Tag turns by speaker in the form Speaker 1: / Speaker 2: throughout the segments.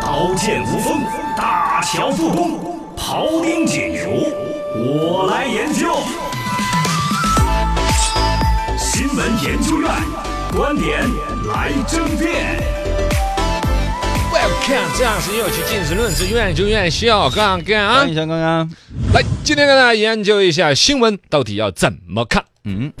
Speaker 1: 刀剑无锋，大乔复工，庖丁解牛，我来研究。新闻研究院观点来争辩。
Speaker 2: Welcome，这样是又去进行论资，愿就愿笑杠杠啊
Speaker 3: 欢！迎小刚刚，
Speaker 2: 来，哎今天跟大家研究一下新闻到底要怎么看。
Speaker 3: 嗯，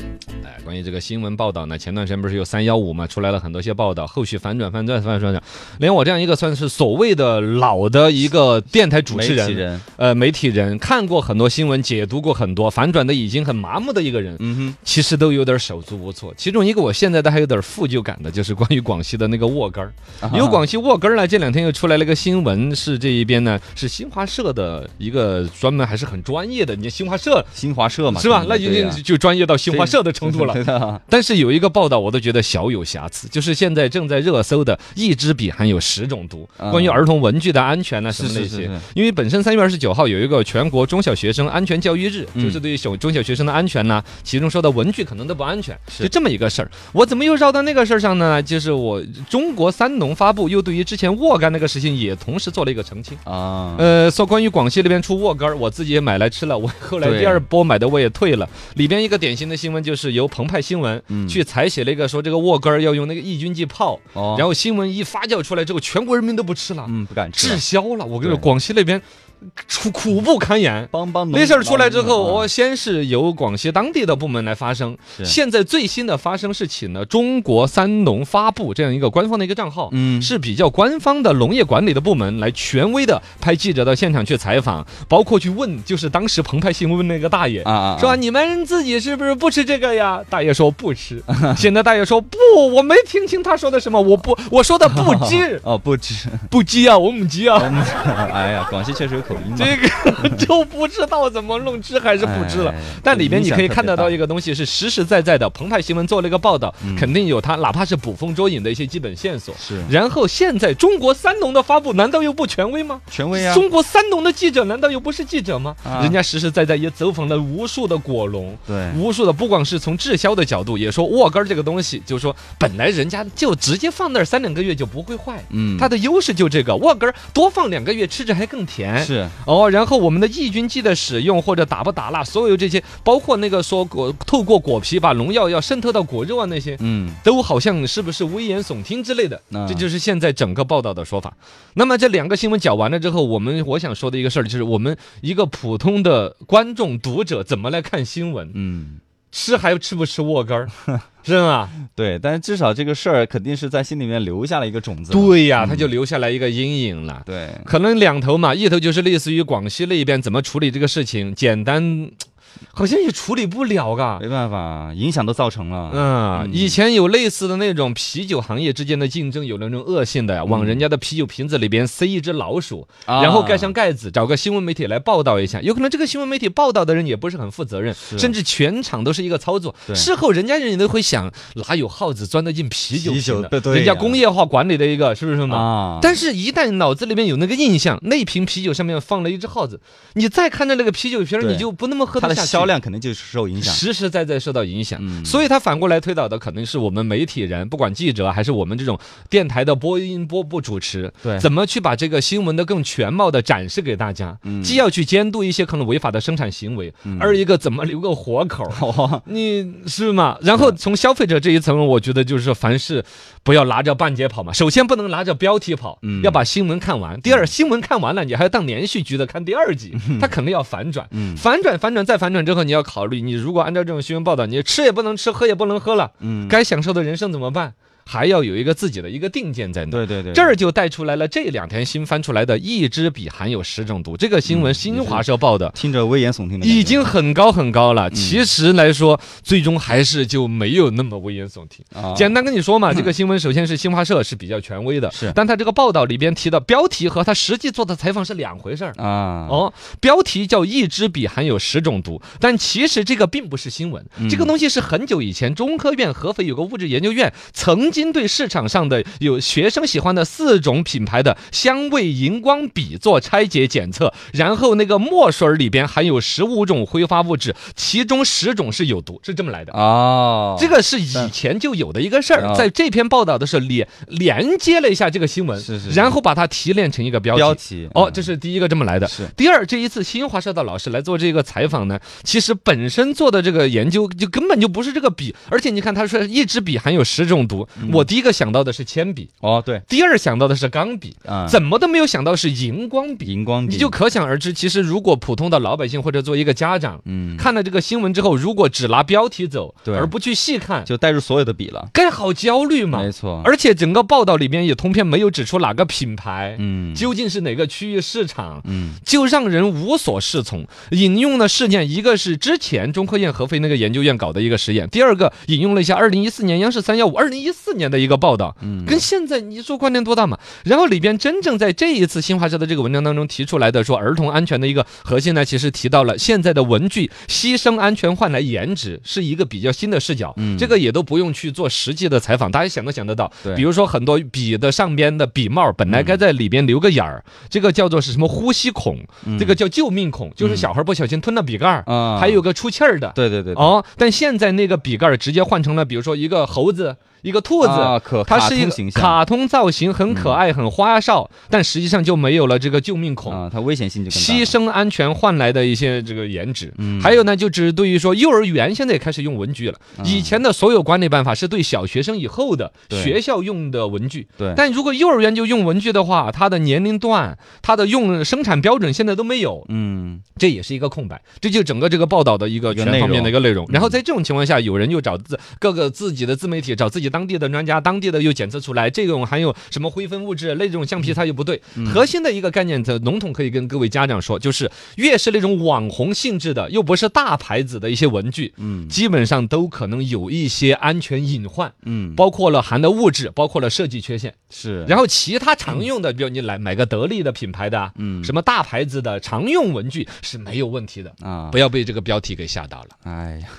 Speaker 2: 哎，关于这个新闻报道呢，前段时间不是有三幺五嘛，出来了很多些报道，后续反转、反转、反转、反转，连我这样一个算是所谓的老的一个电台主
Speaker 3: 媒
Speaker 2: 持
Speaker 3: 体
Speaker 2: 人，
Speaker 3: 人，
Speaker 2: 呃，媒体人看过很多新闻，解读过很多，反转的已经很麻木的一个人，
Speaker 3: 嗯
Speaker 2: 其实都有点手足无措。其中一个我现在都还有点负疚感的，就是关于广西的那个沃根儿。
Speaker 3: 哼，
Speaker 2: 有广西沃根儿呢，这两天又出来了一个新闻，是这一边呢是新华社的一个专门还是很专业的，你看新华社
Speaker 3: 新华社嘛，
Speaker 2: 是吧？
Speaker 3: 嗯对
Speaker 2: 那已经就专业到新华社的程度了。
Speaker 3: 对的，
Speaker 2: 但是有一个报道，我都觉得小有瑕疵，就是现在正在热搜的“一支笔含有十种毒”，
Speaker 3: 嗯
Speaker 2: 关于儿童文具的安全啊什
Speaker 3: 是
Speaker 2: 么那
Speaker 3: 是是
Speaker 2: 些
Speaker 3: 是。
Speaker 2: 因为本身三月二十九号有一个全国中小学生安全教育日，
Speaker 3: 嗯
Speaker 2: 就是对于小中小学生的安全呐、其中说到文具可能都不安全，
Speaker 3: 是
Speaker 2: 就这么一个事儿。我怎么又绕到那个事儿上呢？就是我中国三农发布又对于之前沃柑那个事情也同时做了一个澄清。
Speaker 3: 啊，
Speaker 2: 呃，说关于广西那边出沃柑儿，我自己也买来吃了。我后来
Speaker 3: 对
Speaker 2: 第二波买的我也退了。里边一个典型的新闻就是由澎湃新闻
Speaker 3: 嗯
Speaker 2: 去采写了一个说这个沃柑儿要用那个抑菌剂泡，
Speaker 3: 哦，
Speaker 2: 然后新闻一发酵出来之后，全国人民都不吃了，
Speaker 3: 嗯，不敢吃
Speaker 2: 滞
Speaker 3: 了，
Speaker 2: 销了。我跟你说，
Speaker 3: 对
Speaker 2: 广西那边苦苦不堪言。
Speaker 3: 帮帮农
Speaker 2: 那事儿出来之后，
Speaker 3: 老农
Speaker 2: 我先是由广西当地的部门来发声，
Speaker 3: 啊是
Speaker 2: 现在最新的发声是请了中国三农发布这样一个官方的一个账号，
Speaker 3: 嗯
Speaker 2: 是比较官方的农业管理的部门来权威的派记者到现场去采访，包括去问，就是当时澎湃新闻那个大爷。
Speaker 3: 啊啊，
Speaker 2: 说
Speaker 3: 啊
Speaker 2: 你们自己是不是不吃这个呀？大爷说不 吃。现在大爷说不，我没听清他说的什么，我不，我说的不知
Speaker 3: 哦，不吃，
Speaker 2: 不鸡啊，我母鸡 啊。
Speaker 3: 哎呀，广西确实有口音嘛，
Speaker 2: 这个 就不知道怎么弄，吃还是不知了
Speaker 3: 哎。
Speaker 2: 但里面你可以看得到一
Speaker 3: 个
Speaker 2: 个东西是实实在在的，澎湃新闻做了一个报道
Speaker 3: 嗯，
Speaker 2: 肯定有它，哪怕是捕风捉影的一些基本线索。
Speaker 3: 是
Speaker 2: 然后现在中国三农的发布难道又不权威吗？
Speaker 3: 权威啊，
Speaker 2: 中国三农的记者难道又不是记者吗？
Speaker 3: 啊
Speaker 2: 人家实实在在也走访了无数的果农。
Speaker 3: 对，
Speaker 2: 无数的，不光是从滞销的角度，也说沃柑儿这个东西，就是说本来人家就直接放那儿三两个月就不会坏，
Speaker 3: 嗯，
Speaker 2: 它的优势就这个沃柑儿多放两个月吃着还更甜。
Speaker 3: 是
Speaker 2: 哦，然后我们的抑菌剂的使用或者打不打蜡，所有这些，包括那个说果透过果皮把农药要渗透到果肉啊那些，
Speaker 3: 嗯
Speaker 2: 都好像是不是危言耸听之类的
Speaker 3: 啊？
Speaker 2: 这就是现在整个报道的说法。那么这两个新闻讲完了之后，我们我想说的一个事儿就是，我们一个普通的观众读者怎么来看新闻？
Speaker 3: 嗯。
Speaker 2: 吃还吃不吃沃柑儿？是吧？
Speaker 3: 对，但是至少这个事儿肯定是在心里面留下了一个种子嘛。
Speaker 2: 对呀，他就留下来一个阴影了。
Speaker 3: 对，
Speaker 2: 可能两头嘛，一头就是类似于广西那一边怎么处理这个事情，简单，好像也处理不了嘎。
Speaker 3: 没办法，影响都造成了。
Speaker 2: 嗯，以前有类似的那种啤酒行业之间的竞争，有那种恶性的呀，往人家的啤酒瓶子里边塞一只老鼠，
Speaker 3: 嗯啊
Speaker 2: 然后盖上盖子，找个新闻媒体来报道一下。有可能这个新闻媒体报道的人也不是很负责任，甚至全场都是一个操作。
Speaker 3: 对
Speaker 2: 事后人家人都会想，哪有耗子钻得进啤酒
Speaker 3: 啤
Speaker 2: 瓶
Speaker 3: 酒
Speaker 2: 的？
Speaker 3: 对对
Speaker 2: 人家
Speaker 3: 呀
Speaker 2: 工业化管理的一个是不是嘛？
Speaker 3: 啊，
Speaker 2: 但是，一旦脑子里面有那个印象，那瓶啤酒上面放了一只耗子，你再看着那个啤酒瓶儿，
Speaker 3: 对
Speaker 2: 你就不那么喝
Speaker 3: 它
Speaker 2: 得
Speaker 3: 的
Speaker 2: 下去。
Speaker 3: 销量肯定就是受影响。
Speaker 2: 实实在在受到影响，
Speaker 3: 嗯
Speaker 2: 所以他反过来推导的可能是我们媒体人，不管记者还是我们这种电台的播音播部主持，
Speaker 3: 对
Speaker 2: 怎么去把这个新闻的更全貌的展示给大家，
Speaker 3: 嗯
Speaker 2: 既要去监督一些可能违法的生产行为，二一个怎么留个活口儿。
Speaker 3: 哦，
Speaker 2: 你是吗？然后从消费者这一层，我觉得就是说凡事不要拿着半截跑嘛。首先不能拿着标题跑，
Speaker 3: 嗯
Speaker 2: 要把新闻看完。第二，新闻看完了，你还要当连续剧的看第二集，它肯定要反转，
Speaker 3: 嗯
Speaker 2: 反转反转再反转之后，你要考虑，你如果按照这种新闻报道，你吃也不能吃，喝也不能喝了，
Speaker 3: 嗯，
Speaker 2: 该享受的人生怎么办？还要有一个自己的一个定见在那。
Speaker 3: 对对对，
Speaker 2: 这儿就带出来了，这两天新翻出来的“一支笔含有十种毒”这个新
Speaker 3: 嗯
Speaker 2: 闻，新华社报的，
Speaker 3: 听着危言耸听的嗯感觉，
Speaker 2: 已经很高很高了。其实来说，最终还是就没有那么危言耸听。
Speaker 3: 啊
Speaker 2: 简单跟你说嘛，这个新闻首先是新华社是比较权威的，
Speaker 3: 是
Speaker 2: 但他这个报道里边提到标题和他实际做的采访是两回事儿。
Speaker 3: 啊，
Speaker 2: 哦，标题叫“一支笔含有十种毒”，但
Speaker 3: 嗯
Speaker 2: 其实这个并不是新闻，这个东西是很久以前中科院合肥有个物质研究院曾金对市场上的有学生喜欢的四种品牌的香味荧光笔做拆解检测，然后那个墨水里边含有十五种挥发物质，其中十种是有毒，是这么来的。啊
Speaker 3: 哦，
Speaker 2: 这个是以前就有的一个事儿，
Speaker 3: 啊
Speaker 2: 在这篇报道的时候连连接了一下这个新闻，
Speaker 3: 是是是
Speaker 2: 然后把它提炼成一个标
Speaker 3: 标
Speaker 2: 题。
Speaker 3: 题
Speaker 2: 哦，这
Speaker 3: 是
Speaker 2: 是第一个这么来的。
Speaker 3: 是
Speaker 2: 第二，这一次新华社的老师来做这个采访呢，其实本身做的这个研究就根本就不是这个笔，而且你看他说一支笔含有十种毒，
Speaker 3: 嗯
Speaker 2: 我第一个想到的是铅笔，
Speaker 3: 哦，对，
Speaker 2: 第二想到的是钢笔，
Speaker 3: 啊，
Speaker 2: 怎么都没有想到是荧光笔。
Speaker 3: 荧光笔
Speaker 2: 你就可想而知，其实如果普通的老百姓或者做一个家长，
Speaker 3: 嗯，
Speaker 2: 看了这个新闻之后，如果只拿标题走，
Speaker 3: 对
Speaker 2: 而不去细看，
Speaker 3: 就带入所有的笔了，
Speaker 2: 该好焦虑嘛
Speaker 3: 没。错，
Speaker 2: 而且整个报道里面也通篇没有指出哪个品牌，
Speaker 3: 嗯
Speaker 2: 究竟是哪个区域市场。
Speaker 3: 嗯
Speaker 2: 就让人无所适从。引用的事件，一个是之前中科院合肥那个研究院搞的一个实验，第二个引用了一下二零一四年央视三幺五二零一四年的一个报道，
Speaker 3: 嗯
Speaker 2: 跟现在你说关联多大嘛？然后里边真正在这一次新华社的这个文章当中提出来的说儿童安全的一个核心呢，其实提到了现在的文具牺牲安全换来颜值是一个比较新的视角，
Speaker 3: 嗯
Speaker 2: 这个也都不用去做实际的采访，大家想都想得到。
Speaker 3: 对
Speaker 2: 比如说很多笔的上边的笔帽本来该在里边留个眼
Speaker 3: 嗯
Speaker 2: 儿，这个叫做是什么呼吸孔，这个叫救命孔，就是小孩不小心吞了笔盖儿，
Speaker 3: 嗯啊，
Speaker 2: 还有个出气儿的。
Speaker 3: 对对对，对
Speaker 2: 哦，但现在那个笔盖儿直接换成了，比如说一个猴子，一个兔子，
Speaker 3: 啊可
Speaker 2: 它
Speaker 3: 卡
Speaker 2: 是一
Speaker 3: 通
Speaker 2: 个
Speaker 3: 形象
Speaker 2: 卡通造型，很可爱，很花哨，但实际上就没有了这个救命孔。
Speaker 3: 啊，它危险性就更大
Speaker 2: 牺
Speaker 3: 了，
Speaker 2: 牲安全换来的一些这个颜值，
Speaker 3: 嗯
Speaker 2: 还有呢，就是对于说幼儿园现在也开始用文具了。以前的所有管理办法是对小学生以后的
Speaker 3: 嗯对
Speaker 2: 学校用的文具，
Speaker 3: 对
Speaker 2: 但如果幼儿园就用文具的话，它的年龄段、它的用生产标准现在都没有，
Speaker 3: 嗯
Speaker 2: 这也是一个空白，这就整个这个报道的一个
Speaker 3: 一个
Speaker 2: 全
Speaker 3: 内
Speaker 2: 方面
Speaker 3: 容嗯
Speaker 2: 的一个内容。然后在这种情况下，有人又找自各个自己的自媒体，找自己当地的专家，当地的又检测出来这种含有什么灰分物质，那种橡
Speaker 3: 嗯
Speaker 2: 皮擦又不对。核心的一个概念，在笼统可以跟各位家长说，就是越是那种网红性质的，又不是大牌子的一些文具，
Speaker 3: 嗯
Speaker 2: 基本上都可能有一些安全隐患，
Speaker 3: 嗯，
Speaker 2: 包括了含的物质，包括了设计缺陷。
Speaker 3: 是，
Speaker 2: 然后其他常用的，比如你来买个得力的品牌的啊，
Speaker 3: 嗯
Speaker 2: 什么大牌子的常用文具是没有问题的，
Speaker 3: 啊
Speaker 2: 不，要被这个标题给吓到了。
Speaker 3: 哎呀。